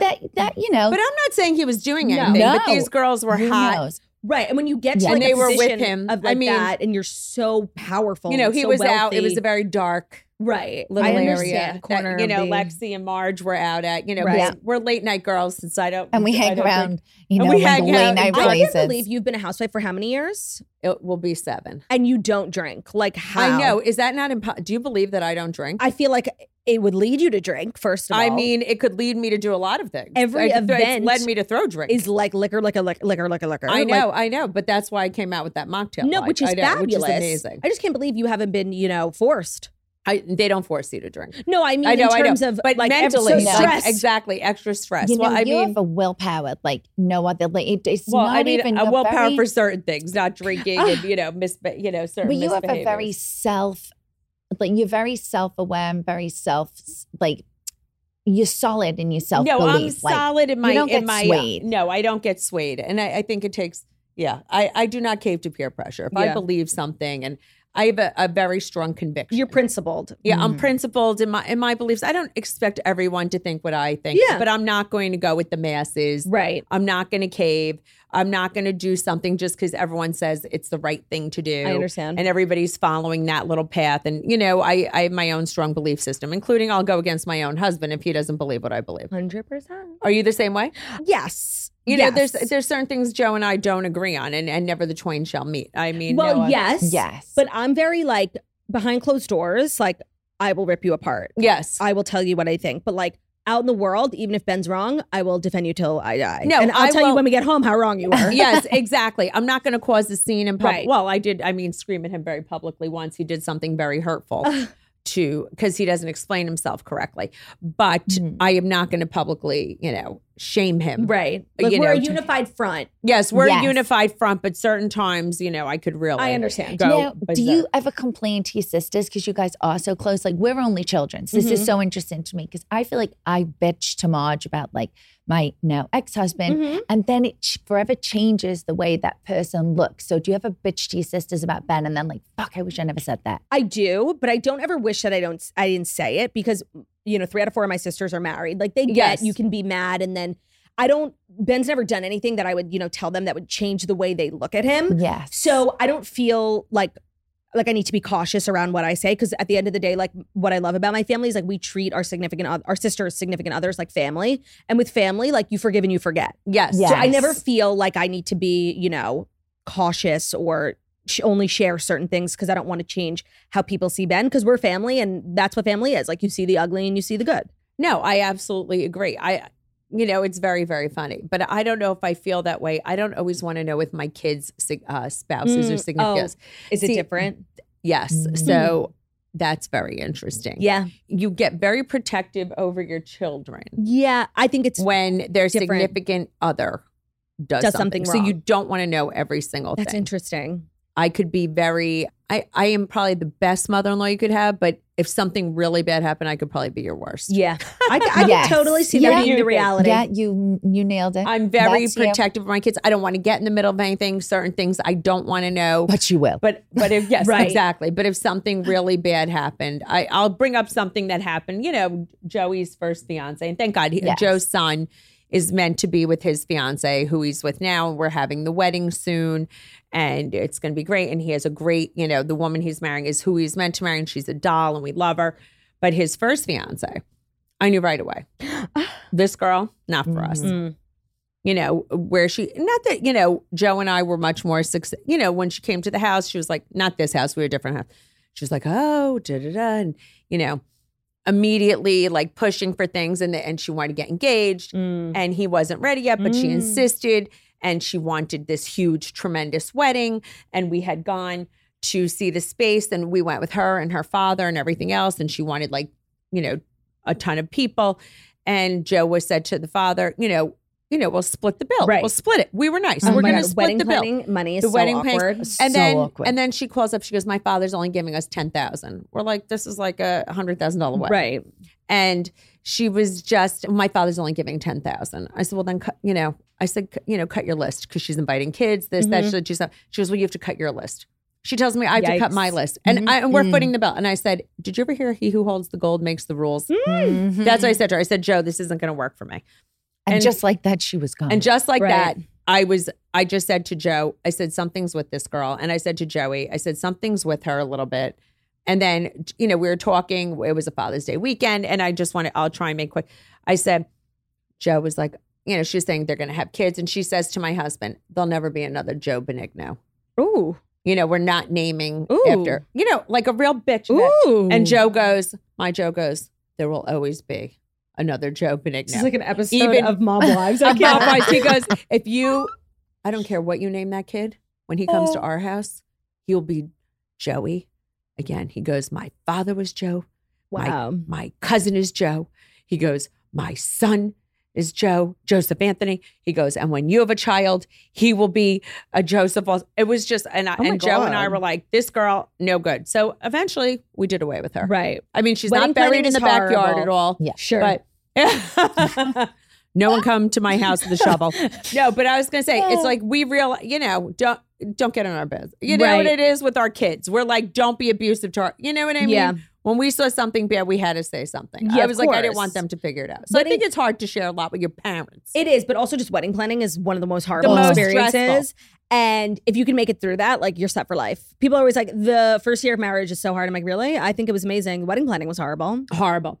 but that that you know,
But I'm not saying he was doing
No.
anything, but
No.
these girls were
who
hot.
knows?
right. And when you get to
Yeah.
like
And
a
they were with
position
him.
of
I
like
mean-
that, and you're so powerful.
You know,
and
he
so
was out. It was
wealthy.
a very dark
right
little
I
area.
understand.
that,
Corner,
you
of
know,
the-
Lexi and Marge were out at, you know, 'cause
Right.
Yeah.
we're late night girls since I don't.
And we
I
hang
don't
around, you
And
know,
we
when the
hang out
late night
and
I can't believe
releases.
you've been a housewife for how many years
drink. It will be seven.
and you don't drink. Like how?
I know. Is that not impossible? Do you believe that I don't drink?
I feel like it would lead you to drink. First of all,
I mean, it could lead me to do a lot of things.
Every
I, it's
event
led me to throw drinks.
is like liquor, like a liquor, liquor, liquor, liquor.
I
Like,
know, I know, but that's why I came out with that mocktail.
no,
line.
which is
I know,
fabulous.
which is amazing.
I just can't believe you haven't been, you know, forced.
I, they don't force you to drink.
No, I mean
I know,
in terms
I know,
of
but
like ev-
mentally,
so
no.
like,
stressed.
exactly, extra stress.
You know,
well, I
you
mean,
have a willpower like no other. Like, it- it's
well,
not
I mean,
even
a
you're
willpower
very-
for certain things, not drinking, and you know, mis, you know, certain.
But you have a very
misbehaviors.
self, like you're very self-aware and very self, like you're solid in your self
no. I'm
belief.
solid in my
don't
in
get
my
swayed.
no. I don't get swayed, and I, I think it takes. Yeah, I I do not cave to peer pressure. If I
Yeah.
believe something, and I have a, a very strong conviction.
You're principled. Mm,
Yeah, I'm principled in my in my beliefs. I don't expect everyone to think what I think.
Yeah.
But I'm not going to go with the masses.
Right.
I'm not going to cave. I'm not going to do something just because everyone says it's the right thing to do.
I understand.
And everybody's following that little path. And you know, I I have my own strong belief system, including I'll go against my own husband if he doesn't believe what I believe.
Hundred percent.
Are you the same way?
Yes.
You
yes.
know, there's there's certain things Joe and I don't agree on, and and never the twain shall meet. I mean,
well,
no, I'm-
yes,
Yes.
But I'm very like behind closed doors. Like I will rip you apart.
yes.
I will tell you what I think. But like out in the world, even if Ben's wrong, I will defend you till I die.
No,
and I'll
I
tell you
won't-
when we get home how wrong you were.
yes, exactly. I'm not going to cause a scene in public.
Right.
Well, I did. I mean, scream at him very publicly once. He did something very hurtful to because he doesn't explain himself correctly. But I am not going to publicly, you know, shame him.
Mm-hmm. Right.
You
Like, we're
know,
a unified front.
Yes, we're
Yes.
a unified front, but certain times, you know, I could really.
I understand.
Go
Now, do you
berserk.
ever complain to your sisters because you guys are so close? Like we're only children. So
Mm-hmm.
This is so interesting to me because I feel like I bitch to Marge about like my now ex husband,
Mm-hmm.
and then it ch- forever changes the way that person looks. So do you ever bitch to your sisters about Ben and then like fuck? I wish I never said that.
I do, but I don't ever wish that I don't I didn't say it because you know, three out of four of my sisters are married. Like they get
Yes.
you can be mad and then I don't, Ben's never done anything that I would, you know, tell them that would change the way they look at
Mm-hmm.
him.
Yes.
So I don't feel like, like I need to be cautious around what I say because at the end of the day, like what I love about my family is like we treat our significant, oth- our sisters, significant others like family, and with family, like you forgive and you forget.
Yes.
Yeah.
So I never
Yes.
feel like I need to be, you know, cautious or sh- only share certain things because I don't want to change how people see Ben because we're family and that's what family is. Like you see the ugly and you see the good.
No, I absolutely agree. I, you know, it's very, very funny, but I don't know if I feel that way. I don't always want to know with my kids' sig- uh, spouses
Mm,
or
oh.
significants.
Is it
See,
different?
Yes.
Mm.
So that's very interesting.
Yeah.
You get very protective over your children
Yeah. I think it's
when their
different.
significant other does,
Does
something.
something
So you
wrong.
don't want to know every single
that's
thing.
interesting.
I could be very, I, I am probably the best mother in law you could have, but if something really bad happened, I could probably be your worst.
Yeah. I, c- I
Yes.
can totally see
Yeah.
that being the reality.
Yeah, you you nailed it.
I'm very
That's you.
protective of my kids. I don't want to get in the middle of anything, certain things I don't want to know.
But you will.
But but if yes,
Right.
exactly. But if something really bad happened, I, I'll bring up something that happened. You know, Joey's first fiance, and thank God he-
Yes.
Joe's son is meant to be with his fiance, who he's with now, and we're having the wedding soon, and it's going to be great. And he has a great, you know, the woman he's marrying is who he's meant to marry, and she's a doll, and we love her. But his first fiance, I knew right away, this girl, not for us
Mm.
you know, where she, not that, you know, Joe and I were much more success, you know, when she came to the house, she was like, not this house, we were a different house. She was like, oh, da da da. And, you know, immediately like pushing for things and, and she wanted to get engaged
Mm.
and he wasn't ready yet, but she
Mm.
insisted and she wanted this huge, tremendous wedding. And we had gone to see the space and we went with her and her father and everything else. And she wanted like, you know, a ton of people. And Joe was said to the father, you know, you know, we'll split the bill.
Right.
We'll split it. We were nice.
Oh
we're
my
going to
God,
split
Wedding
the bill.
planning money is
The
so
wedding planning-
awkward.
And
so
then
awkward.
and then she calls up. She goes, "My father's only giving us ten thousand. We're like, this is like a hundred thousand dollar wedding,
Right.
and she was just, my father's only giving 10,000. I said, well, then, cut, you know, I said, "Cut- you know, cut your list because she's inviting kids, this, that,
Mhm.
she- she's not. She goes, well, you have to cut your list. She tells me I have to cut
Yikes.
my list. And,
Mhm.
I, and we're
Mm.
footing the bill. And I said, did you ever hear he who holds the gold makes the rules?
Mhm.
That's what I said to her. I said, Joe, this isn't going to work for me.
and,
and-
just like that, she was gone.
And just like
Uh-huh. Right.
that, I was, I just said to Joe, I said, something's with this girl. And I said to Joey, I said, something's with her a little bit. And then, you know, we were talking, it was a Father's Day weekend. And I just wanted, I'll try and make quick. I said, Joe was like, you know, she's saying they're going to have kids. And she says to my husband, there'll never be another Joe Benigno.
Ooh.
You know, we're not naming
Ooh.
after, you know, like a real bitch. about-
Ooh.
And Joe goes, my Joe goes, there will always be another Joe Benigno.
This is like an episode
Even-
of Mob Wives. I
Bob
can't.
Wise, he goes, if you, I don't care what you name that kid, when he comes
Oh.
to our house, he'll be Joey. Again, he goes, my father was Joe.
Wow.
My cousin is Joe. He goes, my son is Joe, Joseph Anthony. He goes, and when you have a child, he will be a Joseph. also." It was just, and, I,
Oh my
and Joe and I
God.
were like, this girl, no good. So eventually we did away with her.
Right.
I mean, she's
Wedding
not
planning
buried in
is
the backyard
horrible.
at all.
Yeah.
Sure.
But no one come to my house with a shovel. No, but I was gonna say it's like we real, you know, don't don't get in our beds. You know what it
Right.
is with our kids. We're like, don't be abusive to our. You know what I mean?
Yeah.
When we saw something bad, we had to say something.
Yeah,
I
of
was like, I didn't
course.
want them to figure it out. So I
But
think
it-
it's hard to share a lot with your parents.
It is, but also just wedding planning is one of the most horrible
most
experiences.
stressful.
And if you can make it through that, like you're set for life. People are always like, the first year of marriage is so hard. I'm like, really? I think it was amazing. Wedding planning was horrible.
horrible.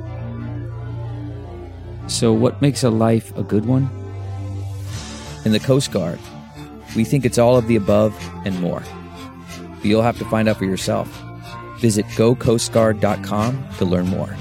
So, what makes a life a good one? In the Coast Guard, we think it's all of the above and more. But you'll have to find out for yourself. Visit gocoastguard.com to learn more.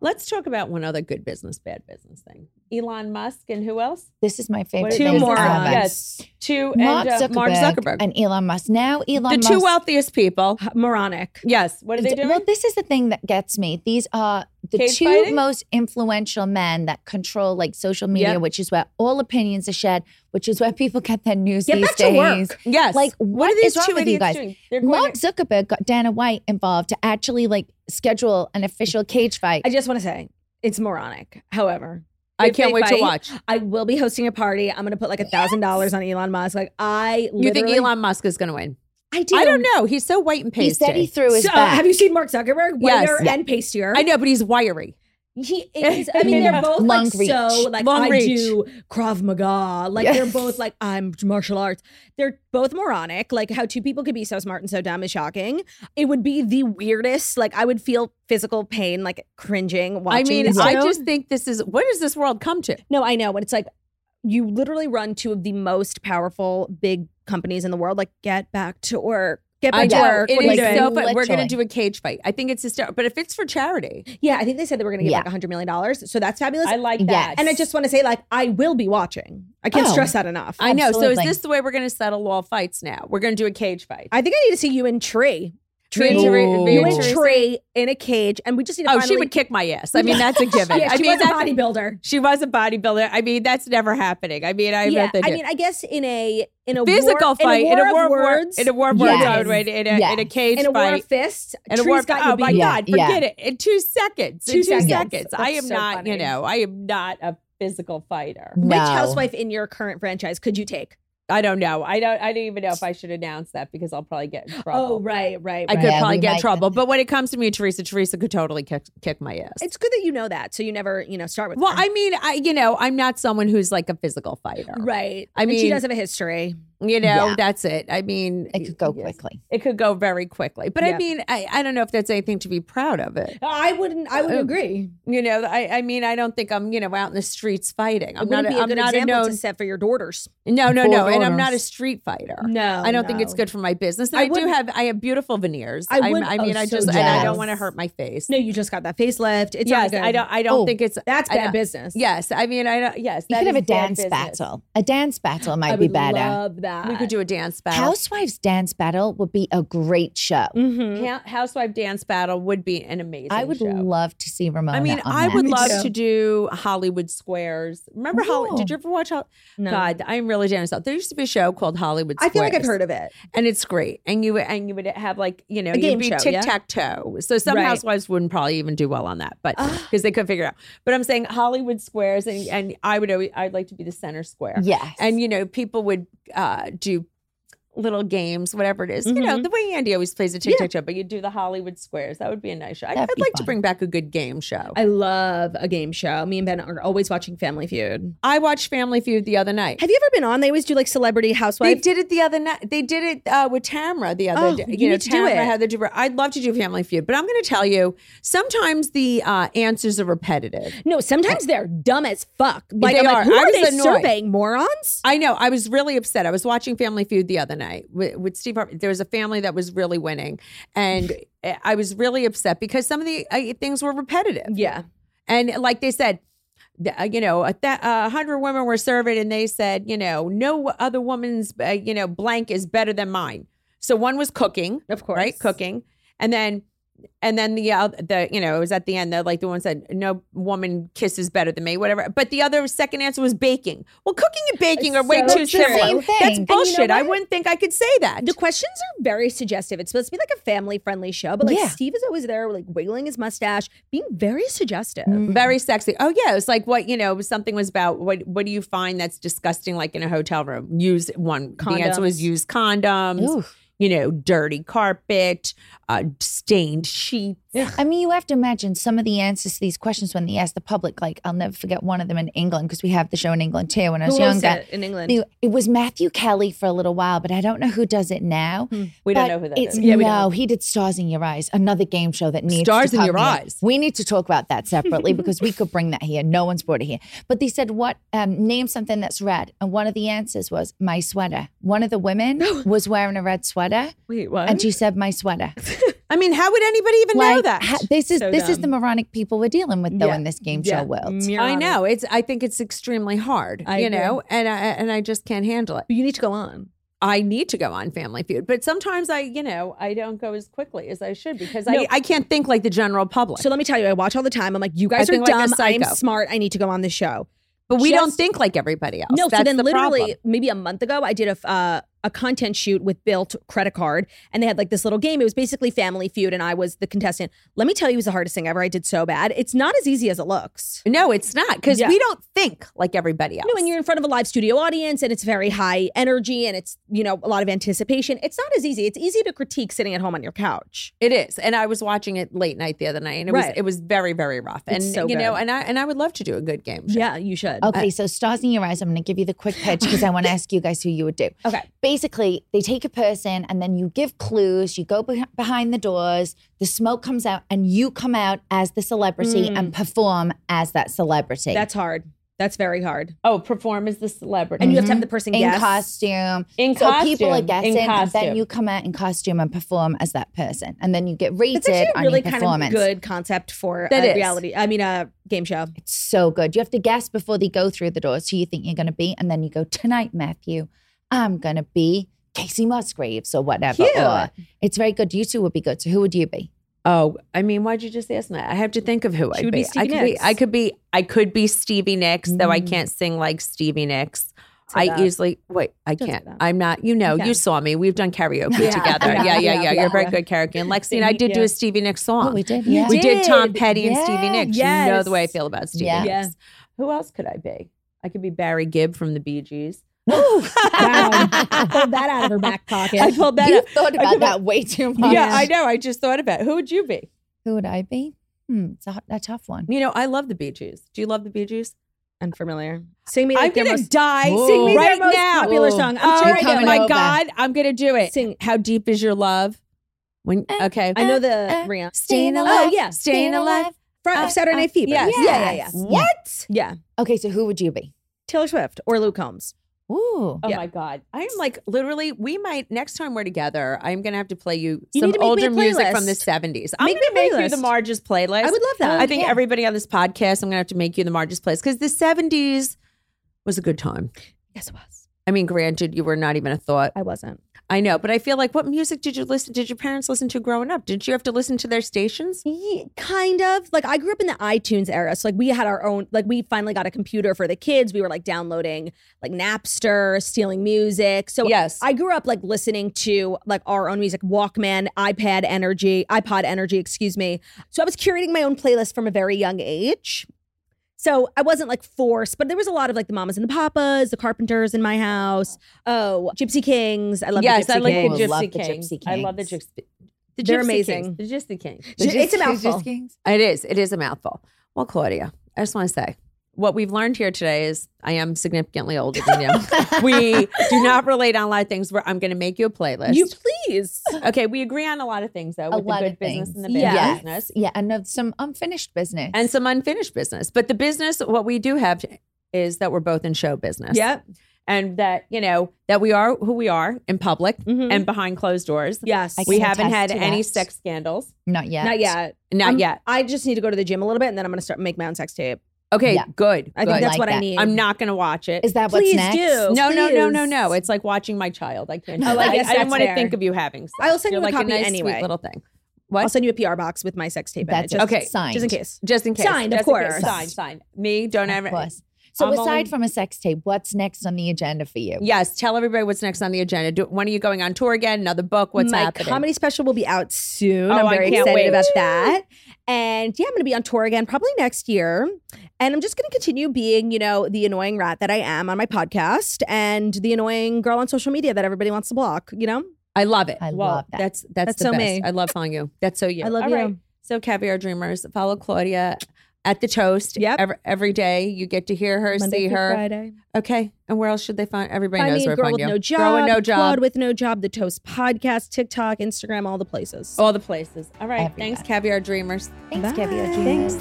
Let's talk about one other good business, bad business thing. Elon Musk and who else?
This is my favorite.
What-
Two
thing
morons.
ever.
Yes, two
Mark
and uh,
Zuckerberg,
Mark Zuckerberg,
and Elon Musk. Now Elon
the
Musk.
two wealthiest people.
Moronic.
Yes. What are they doing?
Well, this is the thing that gets me. These are the
Cage
two
fighting?
most influential men that control like social media,
Yep.
which is where all opinions are shared, which is where people get their news
Get
these
back to
days.
work.
yes.
Like,
what,
what
are these
is wrong
two
with you
idiots
guys?
doing? They're going
Mark
to-
Zuckerberg got Dana White involved to actually like schedule an official cage fight.
I just want to say it's moronic. However,
I
if
can't
they
wait to
fight,
watch.
I will be hosting a party. I'm going to put like a thousand dollars on Elon Musk. Like I,
You think
literally-
Elon Musk is going to win?
I do.
I don't know. He's so white and pasty.
he said he threw his
So,
back.
have you seen Mark Zuckerberg?
Yes.
Whiter and pastier.
I know, but he's wiry.
He is. I mean, they're both
Long
like
reach.
so like
Long
I
reach.
do Krav Maga. Like they're
Yes.
both like I'm martial arts. They're both moronic. Like how two people could be so smart and so dumb is shocking. It would be the weirdest. Like I would feel physical pain, like cringing
I
watching.
mean,
this
I
show.
just think this is what does this world come to?
no, I know. When it's like you literally run two of the most powerful big companies in the world. Like get back to work. Get
I
back to
know.
work.
It
What are you
is
doing?
so fun. We're going
Literally.
to do a cage fight. I think it's hysterical. But if it's for charity,
yeah, I think they said they were going to give
Yeah.
like a hundred million dollars. So that's fabulous.
I like
Yes.
that.
And I just want to say, like, I will be watching. I can't
Oh.
stress that enough.
I know. So is
Absolutely.
this the way we're going to settle all fights now? We're going to do a cage fight.
I think I need to see you in Tree. Tree.
You and Tere-
Ooh.
you
You
and
in
Teresa?
Tree in a cage, and we just need to.
Oh,
finally-
she would kick my ass. I mean, that's a given.
Yeah,
I
she
mean,
was a
that's-
bodybuilder.
She was a bodybuilder. I mean, that's never happening. I mean, I have
yeah,
nothing
I
to-
mean, I guess in a in a
physical
war,
fight in a war
of
of wor-
words,
in a war of words.
Yes.
I would write in a
Yes.
in a cage
in a war
fight.
of fists.
And a
Tree's
war,
got
oh
you
my
beat.
Yeah,
God, forget
yeah.
it. In two seconds.
Two
in two
seconds.
seconds. I
That's
am
so
not, you
funny.
know, I am not a physical fighter.
No.
Which housewife in your current franchise could you take?
I don't know. I don't I don't even know if I should announce that because I'll probably get in trouble.
Oh, right, right.
I
right.
could
Yeah,
probably
we
get in
might-
trouble. But when it comes to me and Teresa, Teresa could totally kick, kick my ass.
It's good that you know that, so you never you know start with.
well,
her.
I mean, I you know, I'm not someone who's like a physical fighter.
right.
I
And she
mean-
does have a history.
You know,
Yeah.
that's it. I mean
it could go
yes.
quickly.
It could go very quickly. But I
Yeah.
mean, I, I don't know if that's anything to be proud of it.
I wouldn't. I would
Uh,
agree.
You know, I, I mean, I don't think I'm, you know, out in the streets fighting. I'm
it
not.
wouldn't be a
I'm
good
not a
example
known.
to set for your daughters.
No, no,
for
no. And I'm not a
daughters.
street fighter.
No,
I don't think it's
no.
good for my business. And I,
I
do
would-
have. I have beautiful veneers.
I
I'm-
would-
I mean,
oh,
I
so
just. And I don't
jealous.
want to hurt my face.
No, you just got that facelift. It's
yes,
not good.
I don't. I don't
Oh,
think it's.
That's
I
bad
don't-
business.
Yes, I mean, I don't. Yes,
You
that
could have
is
a
bad
dance
business.
battle. A dance battle might
I
be
would
better.
Love that.
uh, We could do a dance battle.
Housewives dance battle would be a great show.
Mhm.
Ha- Housewife dance battle would be an Mm, amazing.
I would
show.
love to see
Oh,
Ramona.
I mean,
on
I
that.
would
Me
love
too.
to do Hollywood Squares. Remember Hollywood? Did you ever watch? Hol-
No.
God, I'm really down south. There used to be a show called Hollywood.
I
Squares,
feel like I've heard of it.
and it's great. And you and you would have like you know
A
you'd
game
be
show,
tic
yeah?
tac toe. So some
Right. Ah.
housewives wouldn't probably even do well on that, but because they could figure it out. But I'm saying Hollywood Squares, and and I would always, I'd like to be the center square.
Yes.
and you know people would uh, do little games, whatever it is. You
Mm-hmm.
know the way Andy always plays a tic tac toe, but you do the Hollywood Squares. That would be a nice show. I, I'd
That'd be
like to
fun.
bring back a good game show.
I love a game show. Me and Ben are always watching Family Feud.
I watched Family Feud the other night.
Have you ever been on? They always do like Celebrity
They
Housewife.
did it the other night. They did it uh, with Tamara the other
Oh,
day.
you need to do
Tamara
it.
had the Duper. I'd love to do Family Feud, but I'm going to tell you, sometimes the uh, answers are repetitive.
No, sometimes they're dumb as fuck. Like,
They
I'm
are.
like, who
I
are
was
they
annoyed.
surveying morons?
I know. I was really upset. I was watching Family Feud the other night with, with Steve Harvey. There was a family that was really winning, and eh, I was really upset because some of the uh, things were repetitive.
Yeah.
And like they said, th- uh, you know, a th- uh, hundred women were surveyed, and they said, you know, no other woman's, uh, you know, blank is better than mine. So one was cooking,
Of course.
right? Cooking, and then and then the uh, the you know it was at the end that like the one said no woman kisses better than me whatever but the other second answer was baking well cooking and baking
It's
are way
so
too
true. Same
similar
thing. And
that's
you know
bullshit i
what?
wouldn't think i could say that
The questions are very suggestive. It's supposed to be like a family friendly show, but like
Yeah.
Steve is always there, like wiggling his mustache, being very suggestive.
very sexy oh yeah it was like what you know something was about what what do you find that's disgusting like in a hotel room use one the answer was
Condoms.
use condoms you know dirty carpet uh stained sheets
I mean, you have to imagine some of the answers to these questions when they ask the public. Like, I'll never forget one of them in England because we have the show in England too. When I was
Who owns
younger,
it in England?
it? it was Matthew Kelly for a little while, but I don't know who does it now.
Hmm. we don't
But
know who that
it's,
is
Yeah, we
no,
don't.
he did Stars in Your Eyes, another game show that needs
Stars
to
in
come
Your
here.
Eyes.
We need to talk about that separately because we could bring that here. No one's brought it here. But they said, "What um, name something that's red?" And one of the answers was my sweater. One of the women was wearing a red sweater,
wait what
and she said, "My sweater."
Oh. i mean how would anybody even know
Like,
that
ha- this is
So
this is
dumb.
the moronic people we're dealing with though
Yeah.
in this game
Yeah.
show world.
Mirror
I
on it.
know it's. I think it's extremely hard.
I
you
agree.
know, and I and I just can't handle it.
But you need to go on.
I need to go on Family Feud, but sometimes I, you know, I don't go as quickly as I should because
No.
I I can't think like the general public.
So let me tell you, I watch all the time. I'm like, you guys
I
are
think like a
dumb. I'm
psycho.
smart. I need to go on the show.
but we don't
just-
think like everybody else.
No,
That's
so then
the
literally
problem.
maybe a month ago, I did a f- uh, a content shoot with Built Credit Card, and they had like this little game. It was basically Family Feud, and I was the contestant. Let me tell you, it was the hardest thing ever. I did so bad. It's not as easy as it looks.
no, it's not because
Yeah.
we don't think like everybody else.
No, and you're in front of a live studio audience, and it's very high energy, and it's you know a lot of anticipation. It's not as easy. It's easy to critique sitting at home on your couch.
It is, and I was watching it late night the other night, and it was
Right.
it was very very rough. And
It's so
you know,
good.
and I and I would love to do a good game. show.
Yeah, you should.
Okay, so stars in your eyes. I'm going to give you the quick pitch because I want to ask you guys who you would do.
Okay.
Basically, they take a person and then you give clues. You go beh- behind the doors. The smoke comes out, and you come out as the celebrity and perform as that celebrity.
Mm. That's hard. That's very hard.
Oh, perform as the celebrity. Mm-hmm.
And
Mm-hmm.
you have to have the person
in
guess.
costume.
In
so people are
costume, in
guessing, and
costume.
then you come out in costume and perform as that person, and then you get rated
It's actually a
on
really
your
kind
performance.
of good concept for
That
a
is.
reality. I mean, a game show.
It's so good. You have to guess before they go through the doors who you think you're going to be. And then you go, tonight, Matthew, I'm going to be Casey Musgraves or whatever.
Cute.
Or, it's very good. You two would be good. So who would you be?
Oh, I mean, why'd you just ask me? that? I have to think of who
She
I'd
would
be.
be
I
Stevie
could be.
Nicks.
I could be. I could be Stevie Nicks, though I
Mm.
can't sing like Stevie Nicks.
Say
I
that.
usually wait. I
Don't say
can't.
that.
I'm not. You know.
You
You,
can.
saw me. We've done karaoke
Yeah.
together. Yeah, yeah,
Yeah.
yeah.
Yeah.
You're very
Yeah.
good karaoke. And Lexi and I did do
Yeah.
a Stevie Nicks song.
Oh, we did.
You
Yeah.
We did Tom
did.
Petty and Stevie
Yeah.
Nicks. You know the way I
Yes.
feel about Stevie
Yeah.
Yeah.
Nicks. Who else could I be? I could be Barry Gibb from the Bee Gees.
Wow. Pulled that out of her back pocket.
I pulled that.
You've
up.
thought
I
about
could-
that way too much.
Yeah, I know. I just thought about it. Who would you be?
Who would I be? Hmm, it's a, hot- a tough one.
You know, I love the Bee Gees. Do you love the Bee Gees?
Unfamiliar. Sing me
I'm
like their
gonna
most,
die
Whoa.
sing
Sing me
their
right
most
now.
popular song. I'm
All
sure
right,
you're coming
my
over.
God, I'm gonna do it.
Sing.
How deep is your love? When
Uh,
okay,
I know
Uh,
the
uh,
Rihanna.
Staying
Oh,
alive.
yeah.
Staying alive.
Front
uh,
of Saturday
uh,
Night Fever.
yes.
Yeah, yeah, yeah.
Yes.
What? Yeah.
Okay, so who would you be?
Taylor Swift or Luke Combs.
Ooh.
Oh
Yeah.
my God, I am like literally. We might next time we're together. I'm gonna have to play you,
You
some
need to make me
older
a
music from the
playlist.
70s. I'm
Make me
gonna
a
make you
playlist.
the Marge's playlist.
I would love that.
I think
yeah.
everybody on this podcast, I'm gonna have to make you the Marge's playlist because the 70s was a good time.
yes, it was.
I mean, granted, you were not even a thought.
I wasn't.
I know, but I feel like what music did you listen? Did your parents listen to growing up? Did you have to listen to their stations?
Yeah, kind of. Like I grew up in the iTunes era, so like we had our own. Like we finally got a computer for the kids. We were like downloading like Napster, stealing music. So
Yes.
I grew up like listening to like our own music, Walkman, iPad Energy, iPod Energy, excuse me. So I was curating my own playlist from a very young age. So I wasn't like forced, but there was a lot of like the Mamas and the Papas, the Carpenters in my house. Oh, Gypsy Kings. I love the
yes,
Gypsy
I like
Kings.
the gypsy,
Love the
king.
Gypsy
I love the
Kings.
gypsy. The
They're
Gypsy
amazing.
Kings. The gypsy king.
It's a mouthful.
It is. It is a mouthful. Well, Claudia, I just want to say what we've learned here today is I am significantly older than you. we do not relate on a lot of things. Where I'm going to make you a playlist.
You please.
okay? We agree on a lot of things though.
A
With
lot
the good
of
business and
things.
the bad
yeah.
business.
Yeah, and of some unfinished business.
and some unfinished business. But the business, what we do have is that we're both in show business.
Yep.
And that, you know, that we are who we are in public
Mhm.
and behind closed doors.
Yes.
Mm-hmm. I
We
can
haven't had
attest to
any
that.
sex scandals.
Not yet.
Not yet.
Not
I'm-
yet.
I just need to go to the gym a little bit, and then I'm going to start make my own sex tape.
Okay,
Yeah.
good.
I think
good.
Good.
that's
Like
what I
that.
need.
I'm not going to watch it.
Is that what's
Please
next?
do.
no, no, no, no,
please.
no. It's like watching my child. I can't.
Oh, I guess
I, didn't
that's
want to
fair.
think of you having sex.
I'll send
You're
you a
like
copy
a nice,
anyway.
sweet little thing. What?
I'll send you a PR box with my sex tape
That's
in it. Just,
okay.
Signed.
Just in case.
Just in case.
Signed, of
Just in case.
course.
Signed, signed. Me, don't
Of
ever.
course. So
I'm
aside
only-
from a sex tape, what's next on the agenda for you?
Yes, tell everybody what's next on the agenda. Do, when are you going on tour again? Another book? What's
my
happening?
comedy special will be out soon.
Oh,
I'm
I
very
can't
excited
wait.
about that. And yeah, I'm going to be on tour again probably next year. And I'm just going to continue being, you know, the annoying rat that I am on my podcast and the annoying girl on social media that everybody wants to block, you know?
I love it.
I
Well,
love that.
That's that's,
That's
the
so
best.
me.
I love following you. That's so you.
I love
All
you.
right. So caviar dreamers, follow Claudia at the toast.
Yep.
Every, every day you get to hear her,
Monday
see
through
her.
Friday.
Okay. And where else should they find? Everybody
Find
knows
me
where
at
to
Girl
find
with
you.
No Job,
Girl with no job.
Claude with No Job, The Toast Podcast, TikTok, Instagram, all the places.
All the places. All right.
Everywhere.
Thanks, caviar dreamers.
Thanks,
Bye.
Kevin.
Thanks.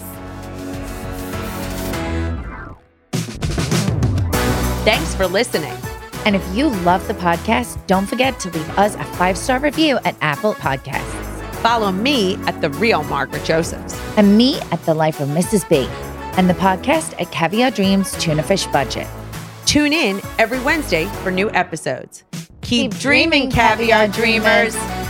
Thanks for listening.
And if you love the podcast, don't forget to leave us a five star review at Apple Podcasts
Follow me at the real Margaret Josephs.
and me at The Life of Mrs. B and the podcast at Caviar Dreams Tuna Fish Budget.
Tune in every Wednesday for new episodes. Keep,
Keep
dreaming,
dreaming,
caviar
Caviar
dreamers.